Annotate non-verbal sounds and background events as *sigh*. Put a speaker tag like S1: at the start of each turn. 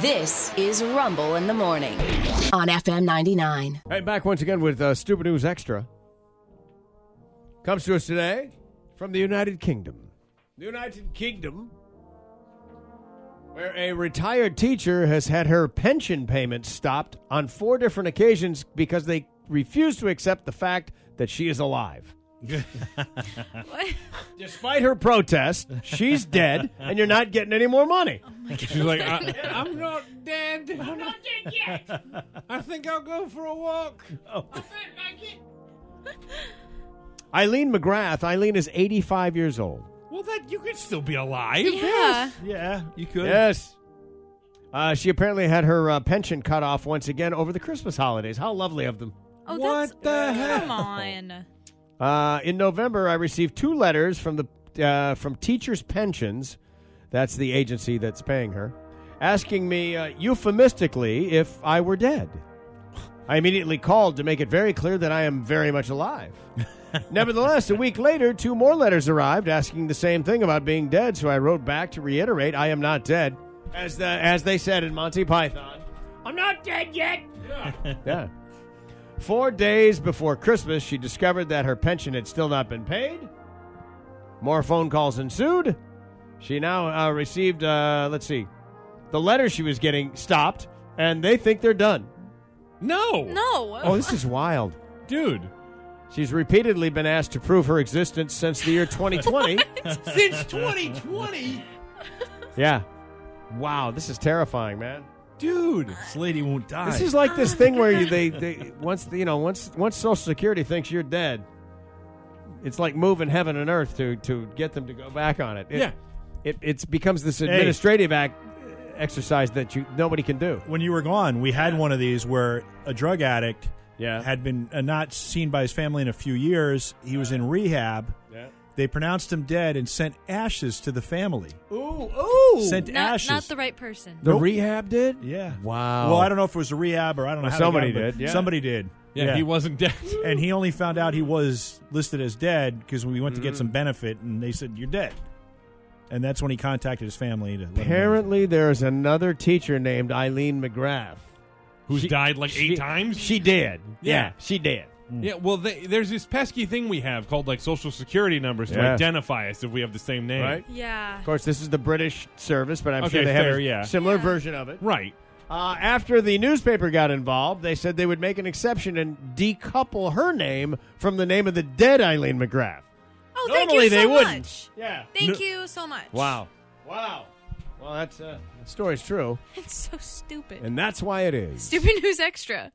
S1: This is Rumble in the Morning on FM 99.
S2: Hey, back once again with uh, Stupid News Extra. Comes to us today from the United Kingdom. The United Kingdom, where a retired teacher has had her pension payments stopped on four different occasions because they refuse to accept the fact that she is *laughs* alive. Despite her protest, she's dead, and you're not getting any more money.
S3: She's like, I,
S2: I'm not dead. Oh *laughs* I'm not dead yet. I think I'll go for a walk. Eileen McGrath. Eileen is 85 years old.
S3: well, that you could still be alive.
S4: Yeah.
S3: Yeah, you could.
S2: Yes. Uh, she apparently had her uh, pension cut off once again over the Christmas holidays. How lovely of them.
S4: Oh,
S3: What
S4: that's,
S3: the
S4: Come
S3: hell?
S4: on.
S2: Uh, in November, I received two letters from the uh, from Teachers Pensions, that's the agency that's paying her, asking me uh, euphemistically if I were dead. I immediately called to make it very clear that I am very much alive. Nevertheless, a week later, two more letters arrived asking the same thing about being dead. So I wrote back to reiterate, "I am not dead," as the as they said in Monty Python. I'm not dead yet. yeah. Four days before Christmas, she discovered that her pension had still not been paid. More phone calls ensued. She now uh, received, uh, let's see, the letter she was getting stopped, and they think they're done.
S3: No.
S4: No.
S2: Oh, this is wild.
S3: Dude.
S2: She's repeatedly been asked to prove her existence since the year *laughs* 2020.
S3: Since
S5: *laughs*
S3: 2020.
S2: yeah. Wow, this is terrifying, man.
S3: Dude. This lady won't die.
S2: This is like this thing where you, they, *laughs* they once you know once once Social Security thinks you're dead, it's like moving heaven and earth to to get them to go back on it. It-
S3: Yeah.
S2: it it becomes this administrative act uh, exercise that you nobody can do.
S5: when you were gone, we had one of these where a drug addict
S2: Yeah.
S5: had been uh, not seen by his family in a few years. He was in rehab.
S2: Yeah.
S5: They pronounced him dead and sent ashes to the family.
S2: Ooh ooh.
S5: Sent
S4: Not,
S5: ashes.
S4: not the right person.
S2: the
S5: Nope.
S2: rehab did.
S5: Yeah.
S2: Wow.
S5: Well, I don't know if it was a rehab or I don't know.
S2: Well,
S5: how they got
S2: somebody
S5: him, but
S2: did, yeah.
S5: Somebody did.
S3: yeah, he
S2: *laughs*
S3: wasn't dead.
S5: And he only found out he was listed as dead because we went to get some benefit and they said you're dead. And that's when he contacted his family to. let him know.
S2: Apparently, there's another teacher named Eileen McGrath.
S3: Who's
S2: She-
S3: died like
S2: she-
S3: eight times?
S2: She did.
S3: Yeah.
S2: she did.
S3: yeah, well, they, there's this pesky thing we have called like social security numbers to
S2: Yeah.
S3: identify us if we have the same name.
S2: Right.
S4: Yeah.
S2: Of course, this is the British service, but I'm
S3: Okay,
S2: sure they have
S3: fair,
S2: a
S3: yeah.
S2: similar
S4: Yeah.
S2: version of it.
S3: Right.
S2: Uh, after the newspaper got involved, they said they would make an exception and decouple her name from the name of the dead Eileen McGrath.
S4: Oh,
S2: Normally
S4: thank you so
S2: they wouldn't.
S4: much.
S2: Yeah.
S4: Thank you so much.
S2: Wow. Wow. Well, that's uh, the story's true,
S4: *laughs* It's so stupid.
S2: and that's why it is.
S4: Stupid news extra.